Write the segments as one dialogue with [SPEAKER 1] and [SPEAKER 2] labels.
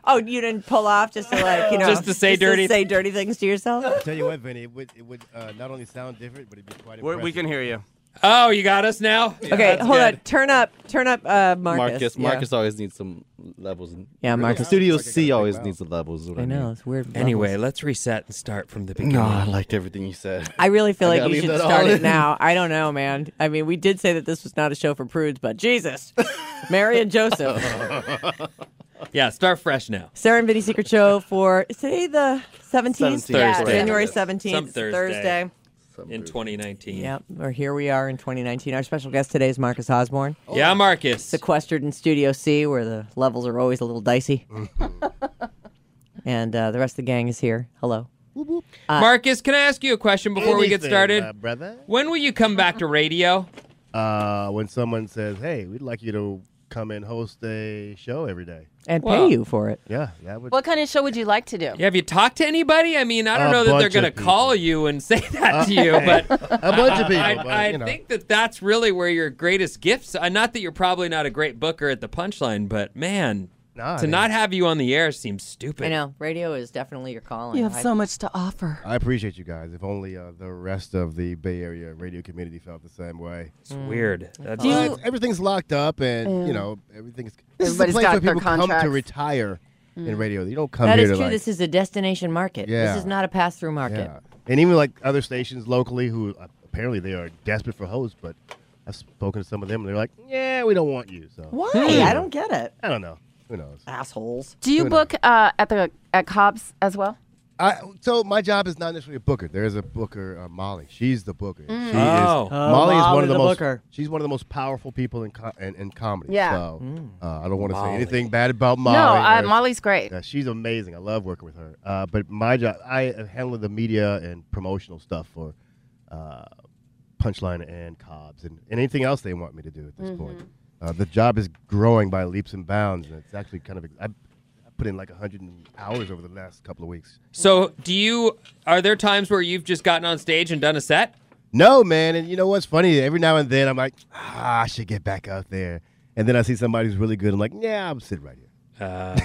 [SPEAKER 1] Oh, you didn't pull off just to like you know
[SPEAKER 2] Just to say dirty-
[SPEAKER 1] say dirty things to yourself.
[SPEAKER 3] Tell you what, Vinny, it would, it would uh, not only sound different, but it'd be quite
[SPEAKER 4] We're,
[SPEAKER 3] impressive.
[SPEAKER 4] we can hear you.
[SPEAKER 2] Oh, you got us now.
[SPEAKER 1] Okay, hold
[SPEAKER 2] good.
[SPEAKER 1] on. Turn up, turn up, uh, Marcus.
[SPEAKER 5] Marcus.
[SPEAKER 1] yeah.
[SPEAKER 5] Marcus always needs some levels.
[SPEAKER 1] Yeah, Marcus.
[SPEAKER 5] Studio
[SPEAKER 3] Like I gotta
[SPEAKER 5] C
[SPEAKER 3] think
[SPEAKER 5] always
[SPEAKER 3] about-
[SPEAKER 5] needs the levels. is what
[SPEAKER 1] I
[SPEAKER 5] mean.
[SPEAKER 1] know it's weird. levels.
[SPEAKER 2] Anyway, let's reset and start from the beginning.
[SPEAKER 5] No, I liked everything you said.
[SPEAKER 1] I really feel
[SPEAKER 5] I
[SPEAKER 1] like
[SPEAKER 5] gotta
[SPEAKER 1] you
[SPEAKER 5] leave
[SPEAKER 1] should
[SPEAKER 5] that all
[SPEAKER 1] start it
[SPEAKER 5] in.
[SPEAKER 1] now. I don't know, man. I mean, we did say that this was not a show for prudes, but Jesus, Mary and Joseph,
[SPEAKER 5] Uh-huh.
[SPEAKER 2] Yeah, start fresh now.
[SPEAKER 1] Sarah and Vinny Secret Show for today the seventeenth,
[SPEAKER 5] Seventeenth,
[SPEAKER 2] Thursday.
[SPEAKER 1] January
[SPEAKER 5] Some
[SPEAKER 1] seventeenth, Thursday.
[SPEAKER 2] Thursday. In 2019.
[SPEAKER 1] Yep, or here we are in 2019. Our special guest today is Marcus Osborne,
[SPEAKER 2] Yeah, Marcus.
[SPEAKER 1] sequestered in Studio C, where the levels are always a little dicey. and uh, the rest of the gang is here. Hello.
[SPEAKER 2] Marcus, can I ask you a question before we get
[SPEAKER 3] Anything,
[SPEAKER 2] started?
[SPEAKER 3] uh, brother.
[SPEAKER 2] when will you come back to radio?
[SPEAKER 3] Uh, when someone says, "Hey, we'd like you to come and host a show every day,"
[SPEAKER 1] And
[SPEAKER 2] Wow.
[SPEAKER 1] pay you for it.
[SPEAKER 3] yeah, that would.
[SPEAKER 6] What kind of show would you like to do?
[SPEAKER 2] Yeah, have you talked to anybody? I mean, I don't
[SPEAKER 3] A
[SPEAKER 2] know that they're
[SPEAKER 3] bunch of
[SPEAKER 2] going to call you and say that to you, but
[SPEAKER 3] A bunch of people.
[SPEAKER 2] I,
[SPEAKER 3] but,
[SPEAKER 2] I
[SPEAKER 3] you know.
[SPEAKER 2] think that that's really where your greatest gifts. Uh, not that you're probably not a great booker at the punchline, but man,
[SPEAKER 3] Nah,
[SPEAKER 2] to
[SPEAKER 3] I
[SPEAKER 2] not have you on the air seems stupid.
[SPEAKER 1] I know. Radio is definitely your calling. I-
[SPEAKER 6] much to offer.
[SPEAKER 3] I appreciate you guys. If only uh, the rest of the Bay Area radio community felt the same way.
[SPEAKER 2] It's weird. That's
[SPEAKER 3] Uh, it's- everything's locked up, and you know everything's. This is the
[SPEAKER 7] Everybody's
[SPEAKER 3] place
[SPEAKER 7] got
[SPEAKER 3] where
[SPEAKER 7] their
[SPEAKER 3] people come
[SPEAKER 7] contracts.
[SPEAKER 3] to retire in radio. You don't come
[SPEAKER 1] That
[SPEAKER 3] here
[SPEAKER 1] is
[SPEAKER 3] to
[SPEAKER 1] true.
[SPEAKER 3] like.
[SPEAKER 1] this is a destination market.
[SPEAKER 3] Yeah.
[SPEAKER 1] This is not a pass through market.
[SPEAKER 3] Yeah. And even like other stations locally who uh, apparently they are desperate for hosts, but I've spoken to some of them and they're like, yeah, we don't want you. So
[SPEAKER 1] Why?
[SPEAKER 3] Yeah.
[SPEAKER 1] I don't get it.
[SPEAKER 3] I don't know. Who knows?
[SPEAKER 1] Assholes.
[SPEAKER 7] Do you
[SPEAKER 3] Who
[SPEAKER 7] book uh, at the at Cobb's as well?
[SPEAKER 3] I, so my job is not necessarily a booker. There is a booker, uh, Molly. She's the booker. She
[SPEAKER 2] Oh.
[SPEAKER 3] is,
[SPEAKER 1] Oh,
[SPEAKER 3] Molly is one
[SPEAKER 1] Molly
[SPEAKER 3] of the,
[SPEAKER 1] the
[SPEAKER 3] most.
[SPEAKER 1] booker.
[SPEAKER 3] She's one of the most powerful people in co- in, in comedy.
[SPEAKER 7] Yeah.
[SPEAKER 3] So uh, I don't want to say
[SPEAKER 2] Molly.
[SPEAKER 3] anything bad about
[SPEAKER 5] Oh,
[SPEAKER 3] Molly.
[SPEAKER 7] no, uh,
[SPEAKER 3] or-
[SPEAKER 7] Molly's great.
[SPEAKER 3] Yeah, she's amazing. I love working with her. Uh, but my job, I handle the media and promotional stuff for uh, Punchline and Cobbs and, and anything else they want me to do at this point. Uh, the job is growing by leaps and bounds, and it's actually kind of. I, I put in like 100 hours over the last couple of weeks.
[SPEAKER 2] So, do you? Are there times where you've just gotten on stage and done a set?
[SPEAKER 3] No, man. And you know what's funny? Every now and then I'm like, ah, I should get back out there. And then I see somebody who's really good. I'm like, yeah, I'm sitting right here.
[SPEAKER 2] Uh,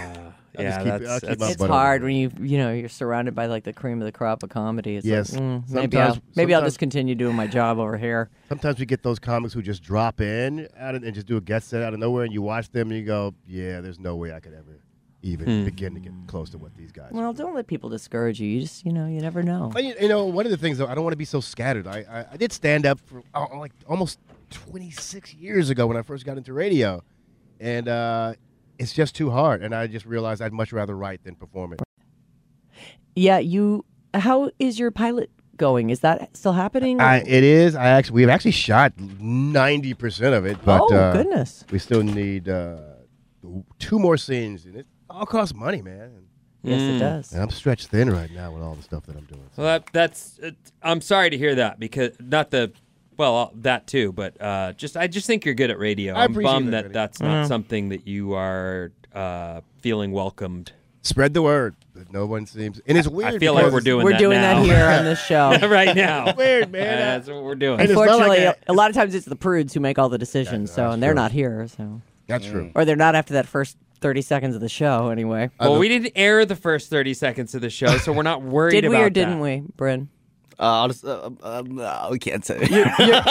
[SPEAKER 3] I'll
[SPEAKER 2] yeah,
[SPEAKER 3] just
[SPEAKER 2] that's,
[SPEAKER 3] keep- I'll keep
[SPEAKER 2] that's-
[SPEAKER 3] my
[SPEAKER 1] It's
[SPEAKER 3] butt
[SPEAKER 1] hard
[SPEAKER 3] over.
[SPEAKER 1] when you you know you're surrounded by like the cream of the crop of comedy. It's
[SPEAKER 3] Yes.
[SPEAKER 1] Like, mm, maybe I'll
[SPEAKER 3] Sometimes-
[SPEAKER 1] maybe I'll
[SPEAKER 3] sometimes-
[SPEAKER 1] just continue doing my job over here.
[SPEAKER 3] Sometimes we get those comics who just drop in out of, and just do a guest set out of nowhere, and you watch them and you go, "Yeah, there's no way I could ever even begin to get close to what these guys.
[SPEAKER 1] Well, don't let people discourage you. You just, you know, you never know.
[SPEAKER 3] But, you you know, one of the things though, I don't want to be so scattered. I, I, I did stand up for uh, like almost 26 years ago when I first got into radio, and uh, it's just too hard. And I just realized I'd much rather write than perform it.
[SPEAKER 1] Oh. Yeah, you. How is your pilot going? Is that still happening?
[SPEAKER 3] I, it is. I actually we've actually shot 90 percent of it, but
[SPEAKER 1] oh
[SPEAKER 3] uh,
[SPEAKER 1] goodness!
[SPEAKER 3] we still need uh, two more scenes, and it all costs money, man.
[SPEAKER 1] Yes, it does.
[SPEAKER 3] And I'm stretched thin right now with all the stuff that I'm doing. So.
[SPEAKER 2] Well, that, that's. Uh, I'm sorry to hear that because not the. Well, uh, that too, but uh, just I just think you're good at radio.
[SPEAKER 3] I
[SPEAKER 2] am
[SPEAKER 3] appreciate
[SPEAKER 2] bummed
[SPEAKER 3] that,
[SPEAKER 2] that
[SPEAKER 3] Eddie.
[SPEAKER 2] that's not something that you are uh, feeling welcomed.
[SPEAKER 3] Spread the word, but no one seems. And it's weird.
[SPEAKER 2] I feel like
[SPEAKER 3] because
[SPEAKER 2] we're doing
[SPEAKER 1] We're
[SPEAKER 2] that
[SPEAKER 1] doing
[SPEAKER 2] now.
[SPEAKER 1] that here on this show.
[SPEAKER 2] right now.
[SPEAKER 3] Weird, man.
[SPEAKER 2] That's what we're doing.
[SPEAKER 3] And it's not like
[SPEAKER 1] Unfortunately,
[SPEAKER 3] I-
[SPEAKER 1] a lot of times it's the prudes who make all the decisions. so, and they're
[SPEAKER 3] true.
[SPEAKER 1] not here. So,
[SPEAKER 3] That's true.
[SPEAKER 1] or they're not after that first thirty seconds of the show. Anyway,
[SPEAKER 2] Well, we didn't air the first 30 seconds of the show, so we're not worried
[SPEAKER 1] did
[SPEAKER 2] about
[SPEAKER 1] we or
[SPEAKER 2] that.
[SPEAKER 1] didn't we, Bryn?
[SPEAKER 8] Uh, I'll just, uh, uh,
[SPEAKER 5] um,
[SPEAKER 8] uh, we can't say.
[SPEAKER 1] You're,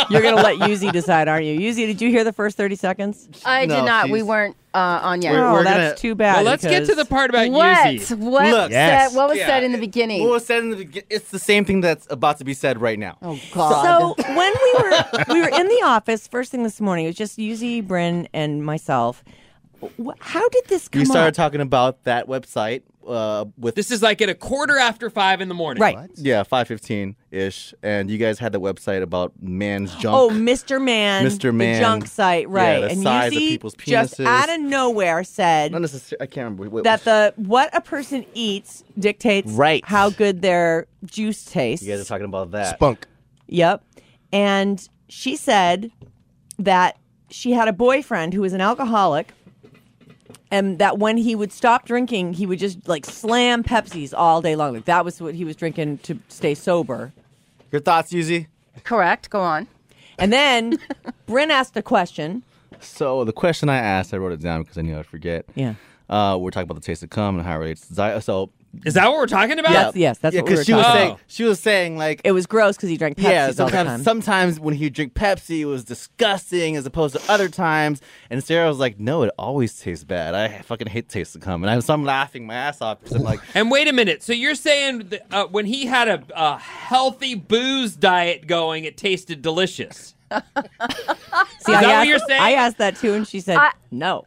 [SPEAKER 1] you're gonna let Yuzi decide, aren't you? Yuzi, did you hear the first thirty seconds?
[SPEAKER 7] I
[SPEAKER 5] No,
[SPEAKER 7] did not. We
[SPEAKER 5] she's-
[SPEAKER 7] weren't uh, on yet.
[SPEAKER 1] oh,
[SPEAKER 5] we're
[SPEAKER 1] that's
[SPEAKER 5] gonna-
[SPEAKER 1] too bad.
[SPEAKER 2] Well, let's get to the
[SPEAKER 1] because-
[SPEAKER 2] part about
[SPEAKER 7] What?
[SPEAKER 2] Yuzi.
[SPEAKER 7] What, said,
[SPEAKER 5] Look,
[SPEAKER 3] Yes.
[SPEAKER 7] what was
[SPEAKER 5] Yeah,
[SPEAKER 7] said in the
[SPEAKER 5] it-
[SPEAKER 7] beginning?
[SPEAKER 5] What was said in the begin- It's the same thing that's about to be said right now.
[SPEAKER 7] oh, God.
[SPEAKER 1] So when we were we were in the office first thing this morning, it was just Yuzi, Bryn, and myself. Wh- How did this come
[SPEAKER 5] we started
[SPEAKER 1] up?
[SPEAKER 5] talking about that website uh, with
[SPEAKER 2] This is like at a quarter after five in the morning.
[SPEAKER 1] right.
[SPEAKER 5] yeah, five fifteen ish, and you guys had the website about man's junk.
[SPEAKER 1] Oh, Mr. Man,
[SPEAKER 5] Mr. Man.
[SPEAKER 1] the junk site,
[SPEAKER 5] Yeah,
[SPEAKER 1] right?
[SPEAKER 5] the
[SPEAKER 1] and
[SPEAKER 5] size of
[SPEAKER 1] Yuzi
[SPEAKER 5] people's
[SPEAKER 1] just
[SPEAKER 5] penises.
[SPEAKER 1] out of nowhere said
[SPEAKER 5] not necessarily. I can't remember what-
[SPEAKER 1] that the what a person eats dictates
[SPEAKER 5] Right.
[SPEAKER 1] how good their juice tastes.
[SPEAKER 5] you guys are talking about that.
[SPEAKER 3] Spunk.
[SPEAKER 1] Yep. And she said that she had a boyfriend who was an alcoholic and that when he would stop drinking, he would just like slam Pepsis all day long. Like that was what he was drinking to stay sober.
[SPEAKER 5] Your thoughts, Yuzi?
[SPEAKER 7] Correct. Go on.
[SPEAKER 1] And then Bryn asked a question.
[SPEAKER 5] So the question I asked, I wrote it down because I knew I'd forget.
[SPEAKER 1] Yeah.
[SPEAKER 5] Uh, we're talking about the taste of cum and how it relates. to diet. So
[SPEAKER 2] Is that what we're talking about?
[SPEAKER 1] That's, yes, that's
[SPEAKER 5] yeah,
[SPEAKER 1] what we were
[SPEAKER 5] she was
[SPEAKER 1] talking
[SPEAKER 5] saying
[SPEAKER 1] about.
[SPEAKER 5] she was saying like
[SPEAKER 1] It was gross because he drank Pepsis
[SPEAKER 5] yeah,
[SPEAKER 1] all the time.
[SPEAKER 5] sometimes sometimes when he drink Pepsi, it was disgusting as opposed to other times. And Sarah was like, "No, it always tastes bad. I fucking hate taste of cum." And I, so I'm laughing my ass off because I'm like,
[SPEAKER 2] And wait a minute. So you're saying that, uh, when he had a, a healthy booze diet going, it tasted delicious.
[SPEAKER 1] See,
[SPEAKER 2] Is
[SPEAKER 1] I
[SPEAKER 2] that what
[SPEAKER 1] asked,
[SPEAKER 2] you're saying?
[SPEAKER 1] I asked that too, and she said
[SPEAKER 7] I-
[SPEAKER 1] no.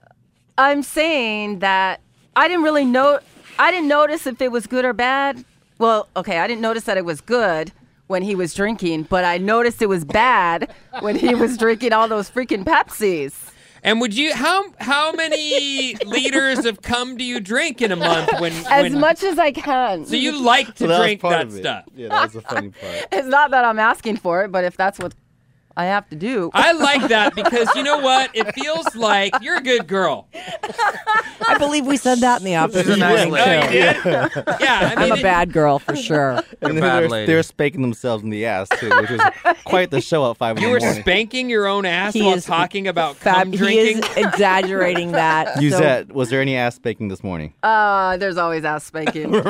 [SPEAKER 7] I'm saying that I didn't really know. I didn't notice if it was good or bad. Well, okay, I didn't notice that it was good when he was drinking, but I noticed it was bad when he was drinking all those freaking Pepsis.
[SPEAKER 2] And would you how how many liters of cum do you drink in a month when
[SPEAKER 7] As
[SPEAKER 2] when,
[SPEAKER 7] much as I can.
[SPEAKER 2] So you like to
[SPEAKER 5] "Well, that was
[SPEAKER 2] drink
[SPEAKER 5] part
[SPEAKER 2] that
[SPEAKER 5] of it."
[SPEAKER 2] stuff.
[SPEAKER 5] Yeah, that was the funny part.
[SPEAKER 7] It's not that I'm asking for it, but if that's what I have to do,
[SPEAKER 2] I like that because you know what? It feels like you're a good girl.
[SPEAKER 1] I believe we said that in the office this morning too.
[SPEAKER 2] Oh, you did? Yeah, I mean,
[SPEAKER 1] I'm a
[SPEAKER 2] it-
[SPEAKER 1] bad girl for sure.
[SPEAKER 5] And they
[SPEAKER 4] bad
[SPEAKER 5] were,
[SPEAKER 4] lady.
[SPEAKER 5] they were spanking themselves in the ass too, which was quite the show at five in
[SPEAKER 2] You
[SPEAKER 5] the
[SPEAKER 2] were
[SPEAKER 5] morning.
[SPEAKER 2] spanking your own ass
[SPEAKER 1] He
[SPEAKER 2] while
[SPEAKER 1] is
[SPEAKER 2] talking about cum
[SPEAKER 1] Fab, he
[SPEAKER 2] drinking.
[SPEAKER 1] is exaggerating that. so-
[SPEAKER 5] Yuzette, was there any ass spanking this morning?
[SPEAKER 7] uh, there's always ass spanking.
[SPEAKER 5] there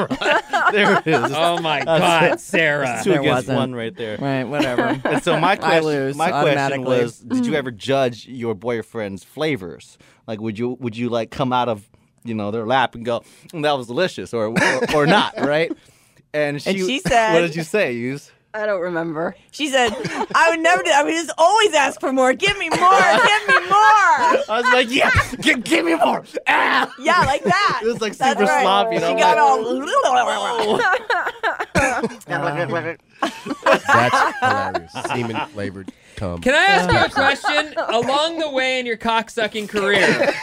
[SPEAKER 5] it is.
[SPEAKER 2] Oh my God, Sarah!
[SPEAKER 5] Two
[SPEAKER 1] There
[SPEAKER 5] against
[SPEAKER 1] wasn't.
[SPEAKER 5] one right there.
[SPEAKER 1] right, whatever.
[SPEAKER 5] And so my question,
[SPEAKER 1] lose
[SPEAKER 5] my question
[SPEAKER 1] automatically.
[SPEAKER 5] was, did you ever judge your boyfriend's flavors? Like, would you would you like come out of you know their lap and go, "Mm, that was delicious, or or, or not, right? And she,
[SPEAKER 1] she said-
[SPEAKER 5] what did you say? Yuz?
[SPEAKER 7] I don't remember.
[SPEAKER 1] she said, "I would never. Do, I would just always ask for more. Give me more. Give me more.
[SPEAKER 5] I was like, yeah, g- give me more. Ah!
[SPEAKER 1] Yeah, like that."
[SPEAKER 5] It was like
[SPEAKER 1] That's
[SPEAKER 5] super
[SPEAKER 1] right.
[SPEAKER 5] sloppy. and
[SPEAKER 1] She
[SPEAKER 5] I'm
[SPEAKER 1] got
[SPEAKER 5] like,
[SPEAKER 1] all.
[SPEAKER 3] That's hilarious. Semen flavored cum.
[SPEAKER 2] Can I ask you a question? Along the way in your cocksucking career,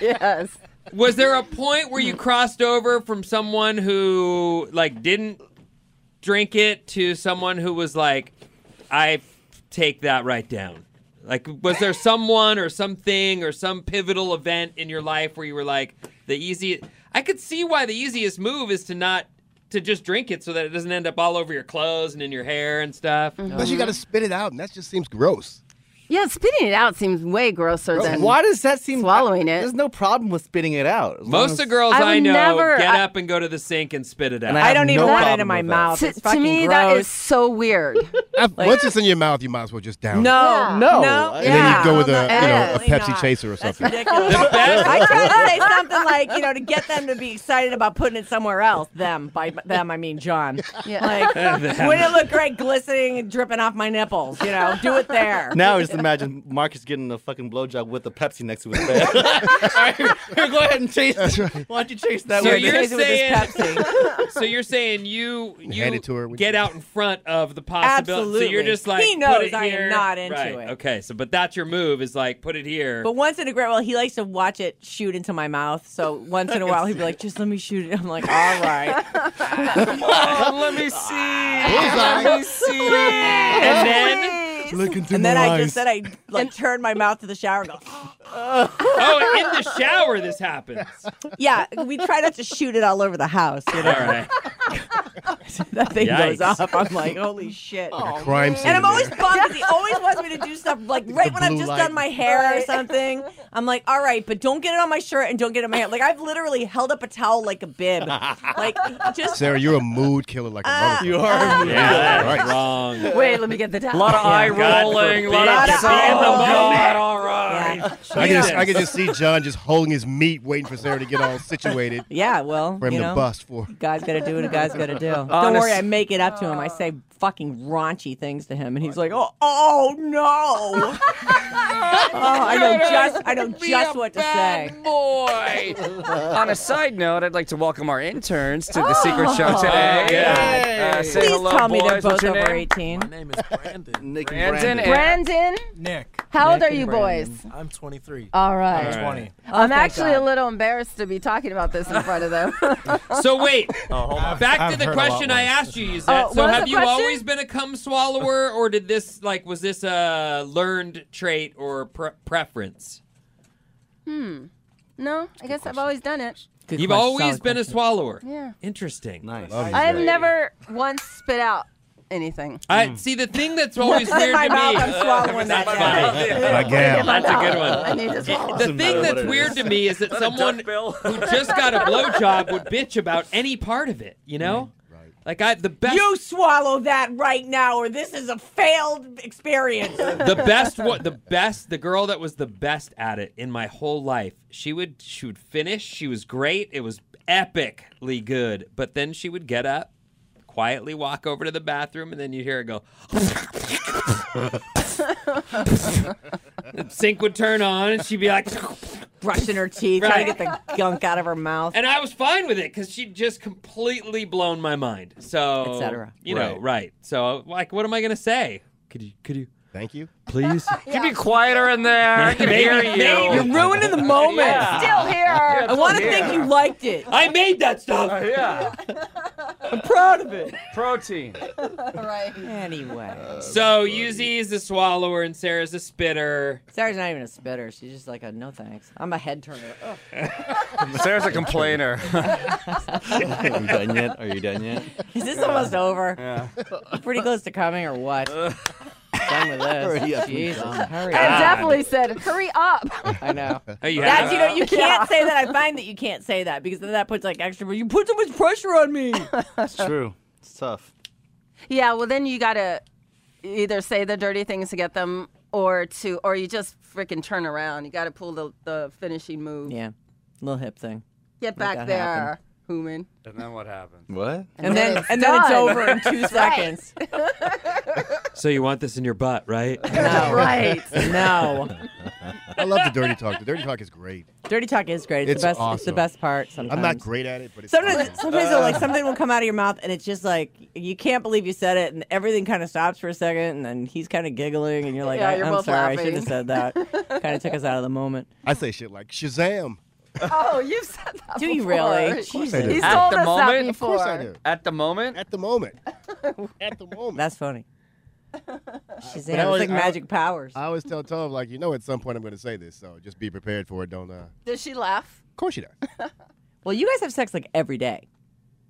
[SPEAKER 7] Yes.
[SPEAKER 2] was there a point where you crossed over from someone who like didn't drink it to someone who was like, I take that right down? Like, was there someone or something or some pivotal event in your life where you were like, the easy? I could see why the easiest move is to not to just drink it so that it doesn't
[SPEAKER 3] Mm-hmm.
[SPEAKER 2] end up all over your clothes and in your hair and stuff.
[SPEAKER 3] But you got to spit it out, and that just seems gross.
[SPEAKER 7] Yeah, spitting it out seems way grosser than.
[SPEAKER 5] Why does that seem
[SPEAKER 7] swallowing it.
[SPEAKER 5] There's no problem with spitting it out. as long
[SPEAKER 2] Most
[SPEAKER 5] as-
[SPEAKER 2] of the girls
[SPEAKER 7] I would
[SPEAKER 2] I, know
[SPEAKER 7] never-
[SPEAKER 2] get
[SPEAKER 7] I-
[SPEAKER 2] up and go to the sink and spit it out.
[SPEAKER 5] And I
[SPEAKER 1] I
[SPEAKER 5] have
[SPEAKER 1] don't even
[SPEAKER 5] no
[SPEAKER 1] want it
[SPEAKER 5] problem
[SPEAKER 1] in my
[SPEAKER 5] with that.
[SPEAKER 1] mouth.
[SPEAKER 7] To,
[SPEAKER 1] it's
[SPEAKER 7] to
[SPEAKER 1] fucking
[SPEAKER 7] me,
[SPEAKER 1] gross.
[SPEAKER 7] that is so weird.
[SPEAKER 3] Once it's in your mouth, you might as well just down. it.
[SPEAKER 1] no,
[SPEAKER 5] No.
[SPEAKER 1] no.
[SPEAKER 5] And
[SPEAKER 3] And then
[SPEAKER 1] yeah.
[SPEAKER 3] you go with a, you know, a
[SPEAKER 1] Absolutely
[SPEAKER 3] Pepsi
[SPEAKER 1] not.
[SPEAKER 3] chaser or
[SPEAKER 1] That's
[SPEAKER 3] something.
[SPEAKER 1] ridiculous. I tried to say something like, you know, to get them to be excited about putting it somewhere else. Them, by them, I mean John.
[SPEAKER 7] Yeah.
[SPEAKER 1] Like, wouldn't it look great glistening and dripping off my nipples? You know, do it there.
[SPEAKER 5] Now I just imagine Marcus getting a fucking blowjob with a Pepsi next to his bed. All right, here, go ahead and chase. Why don't you chase that
[SPEAKER 2] So
[SPEAKER 5] one?
[SPEAKER 2] you're
[SPEAKER 1] Chase it with this
[SPEAKER 2] saying-
[SPEAKER 1] Pepsi.
[SPEAKER 2] so you're saying you you
[SPEAKER 3] Hand it to her when
[SPEAKER 2] get
[SPEAKER 3] she-
[SPEAKER 2] out in front of the possibility. So you're
[SPEAKER 1] Absolutely.
[SPEAKER 2] just like
[SPEAKER 1] He
[SPEAKER 2] put
[SPEAKER 1] knows
[SPEAKER 2] it
[SPEAKER 1] I am
[SPEAKER 2] here.
[SPEAKER 1] not into
[SPEAKER 2] Right,
[SPEAKER 1] it.
[SPEAKER 2] Okay, so but that's your move is like put it here.
[SPEAKER 1] But once in a great while, he likes to watch it shoot into my mouth. So once in a while, he'd be like, "Just let me shoot it." I'm like, "All right."
[SPEAKER 2] oh, let me see. Ah. let me see. and then
[SPEAKER 3] Look into
[SPEAKER 1] And
[SPEAKER 3] my
[SPEAKER 1] then I
[SPEAKER 3] eyes.
[SPEAKER 1] just said I like turned my mouth to the shower and go.
[SPEAKER 2] oh, in the shower this happens.
[SPEAKER 1] Yeah, we try not to shoot it all over the house. You
[SPEAKER 2] All
[SPEAKER 1] know,
[SPEAKER 2] right.
[SPEAKER 1] that thing goes
[SPEAKER 2] Yikes.
[SPEAKER 1] off. I'm like, holy shit.
[SPEAKER 3] crime scene.
[SPEAKER 1] And I'm always
[SPEAKER 3] there.
[SPEAKER 1] bummed because he always wants me to do stuff like right when I've
[SPEAKER 3] blue
[SPEAKER 1] just
[SPEAKER 3] light.
[SPEAKER 1] done my hair or something. I'm like, all right, but don't get it on my shirt and don't get it in my hair. Like I've literally held up a towel like a bib, like just
[SPEAKER 3] Sarah, you're a mood killer like a motherfucker.
[SPEAKER 5] You are.
[SPEAKER 2] Yeah, that's
[SPEAKER 3] Christ.
[SPEAKER 2] wrong.
[SPEAKER 7] Wait, let me get the towel.
[SPEAKER 5] A lot of eye rolling. A
[SPEAKER 1] Lot of eye rolling.
[SPEAKER 2] All right.
[SPEAKER 1] yeah,
[SPEAKER 3] I can, just,
[SPEAKER 2] Jesus.
[SPEAKER 3] I can just see John just holding his meat, waiting for Sarah to get all situated
[SPEAKER 1] yeah. Well,
[SPEAKER 3] for him
[SPEAKER 1] you
[SPEAKER 3] to
[SPEAKER 1] know,
[SPEAKER 3] bust for.
[SPEAKER 1] God's got to do what a guy's got to do. Don't
[SPEAKER 5] Honest-
[SPEAKER 1] worry, I make it up to him. I say fucking raunchy things to him, and he's like, oh, oh no. oh, I know just, I know just what to say.
[SPEAKER 4] boy. On a side note, I'd like to welcome our interns to the Secret Show today.
[SPEAKER 5] yeah.
[SPEAKER 4] Uh, say
[SPEAKER 1] Please
[SPEAKER 4] hello,
[SPEAKER 1] tell me they're
[SPEAKER 4] boys.
[SPEAKER 1] both
[SPEAKER 4] What's your
[SPEAKER 1] over
[SPEAKER 4] name?
[SPEAKER 1] 18.
[SPEAKER 9] name is Brandon.
[SPEAKER 5] Nick and
[SPEAKER 4] Brandon
[SPEAKER 5] Brandon.
[SPEAKER 7] Brandon,
[SPEAKER 4] and-
[SPEAKER 9] Nick.
[SPEAKER 7] how old
[SPEAKER 4] Nick
[SPEAKER 7] are
[SPEAKER 4] and
[SPEAKER 7] you
[SPEAKER 4] Brandon.
[SPEAKER 7] boys?
[SPEAKER 9] I'm 23.
[SPEAKER 7] All right.
[SPEAKER 2] All right.
[SPEAKER 7] I'm actually
[SPEAKER 1] God.
[SPEAKER 7] a little embarrassed to be talking about this in front of them.
[SPEAKER 2] So wait, back
[SPEAKER 9] Oh, I've
[SPEAKER 2] to
[SPEAKER 9] heard
[SPEAKER 2] the
[SPEAKER 9] a lot
[SPEAKER 2] question I
[SPEAKER 9] worse.
[SPEAKER 2] asked you, Yuzette.
[SPEAKER 7] Oh,
[SPEAKER 2] so
[SPEAKER 7] what was
[SPEAKER 2] have
[SPEAKER 7] the
[SPEAKER 2] you
[SPEAKER 7] question?
[SPEAKER 2] always been a cum swallower, or did this like was this a learned trait or pre- preference?
[SPEAKER 7] no, I guess I've always done it.
[SPEAKER 1] Good
[SPEAKER 2] You've
[SPEAKER 1] question,
[SPEAKER 2] always
[SPEAKER 1] solid
[SPEAKER 2] been
[SPEAKER 1] question.
[SPEAKER 2] a swallower.
[SPEAKER 7] Yeah.
[SPEAKER 2] Interesting.
[SPEAKER 5] Nice.
[SPEAKER 3] Love you,
[SPEAKER 7] I've
[SPEAKER 3] Sarah.
[SPEAKER 7] never once spit out anything.
[SPEAKER 2] I see the thing that's always
[SPEAKER 1] It's in
[SPEAKER 2] weird
[SPEAKER 1] my
[SPEAKER 2] to
[SPEAKER 1] mouth.
[SPEAKER 2] me.
[SPEAKER 1] I'm swallowing
[SPEAKER 2] That's
[SPEAKER 1] that.
[SPEAKER 2] funny.
[SPEAKER 1] Oh
[SPEAKER 3] My gal.
[SPEAKER 2] That's a good
[SPEAKER 7] I
[SPEAKER 2] one.
[SPEAKER 7] need to swallow.
[SPEAKER 2] The thing that's weird to me is that someone who just got a blowjob would bitch about any part of it. You know,
[SPEAKER 3] Right.
[SPEAKER 2] like I the best.
[SPEAKER 1] You swallow that right now, or this is a failed experience.
[SPEAKER 2] the best what the best the girl that was the best at it in my whole life she would she would finish she was great it was epically good but then she would get up quietly walk over to the bathroom and then you'd hear her go the sink would turn on and she'd be like
[SPEAKER 1] Brushing her teeth, trying to get the gunk out of her mouth.
[SPEAKER 2] and i was fine with it because she'd just completely blown my mind so
[SPEAKER 1] Et cetera.
[SPEAKER 2] you know
[SPEAKER 5] Right.
[SPEAKER 2] right so like what am i gonna say could you could you
[SPEAKER 3] Thank you.
[SPEAKER 2] please
[SPEAKER 4] Could you be quieter in there? I can
[SPEAKER 2] Maybe-
[SPEAKER 4] hear you.
[SPEAKER 2] maybe.
[SPEAKER 1] You're ruining the moment.
[SPEAKER 4] Yeah.
[SPEAKER 7] Still here.
[SPEAKER 1] I want to think you liked it.
[SPEAKER 2] i made that stuff
[SPEAKER 4] Yeah.
[SPEAKER 1] I'm proud of it.
[SPEAKER 4] Protein.
[SPEAKER 7] All right.
[SPEAKER 1] Anyway,
[SPEAKER 2] So Yuzi is the swallower and Sarah's the spitter.
[SPEAKER 1] Sarah's not even a spitter. She's just like a no thanks. I'm a head turner. Ugh.
[SPEAKER 4] Sarah's a complainer.
[SPEAKER 5] Are you done yet? Are you done yet?
[SPEAKER 1] Is this almost over?
[SPEAKER 4] Yeah.
[SPEAKER 1] You Pretty close to coming or what? Done with
[SPEAKER 5] Hurry
[SPEAKER 1] this.
[SPEAKER 5] up and
[SPEAKER 1] Jesus,
[SPEAKER 5] come.
[SPEAKER 1] hurry
[SPEAKER 7] I
[SPEAKER 1] up.
[SPEAKER 7] definitely
[SPEAKER 4] Ah.
[SPEAKER 7] said, hurry up.
[SPEAKER 1] I know.
[SPEAKER 2] Oh, you
[SPEAKER 1] That's you
[SPEAKER 2] have-
[SPEAKER 1] know you can't say that. I find that you can't say that because then that puts like extra. You put so much pressure on me.
[SPEAKER 5] It's true. It's tough.
[SPEAKER 7] Yeah, well then you gotta either say the dirty things to get them or to or you just freaking turn around. You gotta pull the, the finishing move.
[SPEAKER 1] Yeah, little hip thing.
[SPEAKER 7] Get back
[SPEAKER 1] that
[SPEAKER 7] there, human.
[SPEAKER 4] And then what happened?
[SPEAKER 5] What?
[SPEAKER 1] And then and then it's over in two seconds.
[SPEAKER 2] So you want this in your butt, right?
[SPEAKER 1] No,
[SPEAKER 7] Right.
[SPEAKER 1] no.
[SPEAKER 3] I love the dirty talk. The dirty talk is great.
[SPEAKER 1] Dirty talk is great. It's,
[SPEAKER 3] It's
[SPEAKER 1] the best. It's the
[SPEAKER 3] awesome.
[SPEAKER 1] best part. Sometimes
[SPEAKER 3] I'm not great at it, but it's
[SPEAKER 1] Sometimes,
[SPEAKER 3] awesome.
[SPEAKER 1] sometimes it'll, like something will come out of your mouth, and it's just like you can't believe you said it, and everything kind of stops for a second, and then he's kind of giggling, and you're like,
[SPEAKER 7] Yeah,
[SPEAKER 1] I,
[SPEAKER 7] you're
[SPEAKER 1] "I'm
[SPEAKER 7] both
[SPEAKER 1] sorry, I
[SPEAKER 7] laughing."
[SPEAKER 1] should have said that." kind of took us out of the moment.
[SPEAKER 3] I say shit like Shazam.
[SPEAKER 7] oh, you've said that
[SPEAKER 1] Do you
[SPEAKER 7] before.
[SPEAKER 1] really?
[SPEAKER 3] I do.
[SPEAKER 7] He's
[SPEAKER 1] Jesus,
[SPEAKER 4] At
[SPEAKER 7] told
[SPEAKER 4] the
[SPEAKER 7] us that
[SPEAKER 4] moment,
[SPEAKER 7] before.
[SPEAKER 4] of
[SPEAKER 3] Of course I do.
[SPEAKER 4] At the moment?
[SPEAKER 3] At the moment. At the moment.
[SPEAKER 1] that's funny. She's
[SPEAKER 3] I
[SPEAKER 1] it's
[SPEAKER 3] always-
[SPEAKER 1] like
[SPEAKER 3] I-
[SPEAKER 1] magic powers.
[SPEAKER 3] I always tell Tom like, you know, at some point I'm going to say this, so just be prepared for it. Don't. Uh,
[SPEAKER 7] Did she laugh?
[SPEAKER 3] of course you does.
[SPEAKER 1] well, you guys have sex like every day,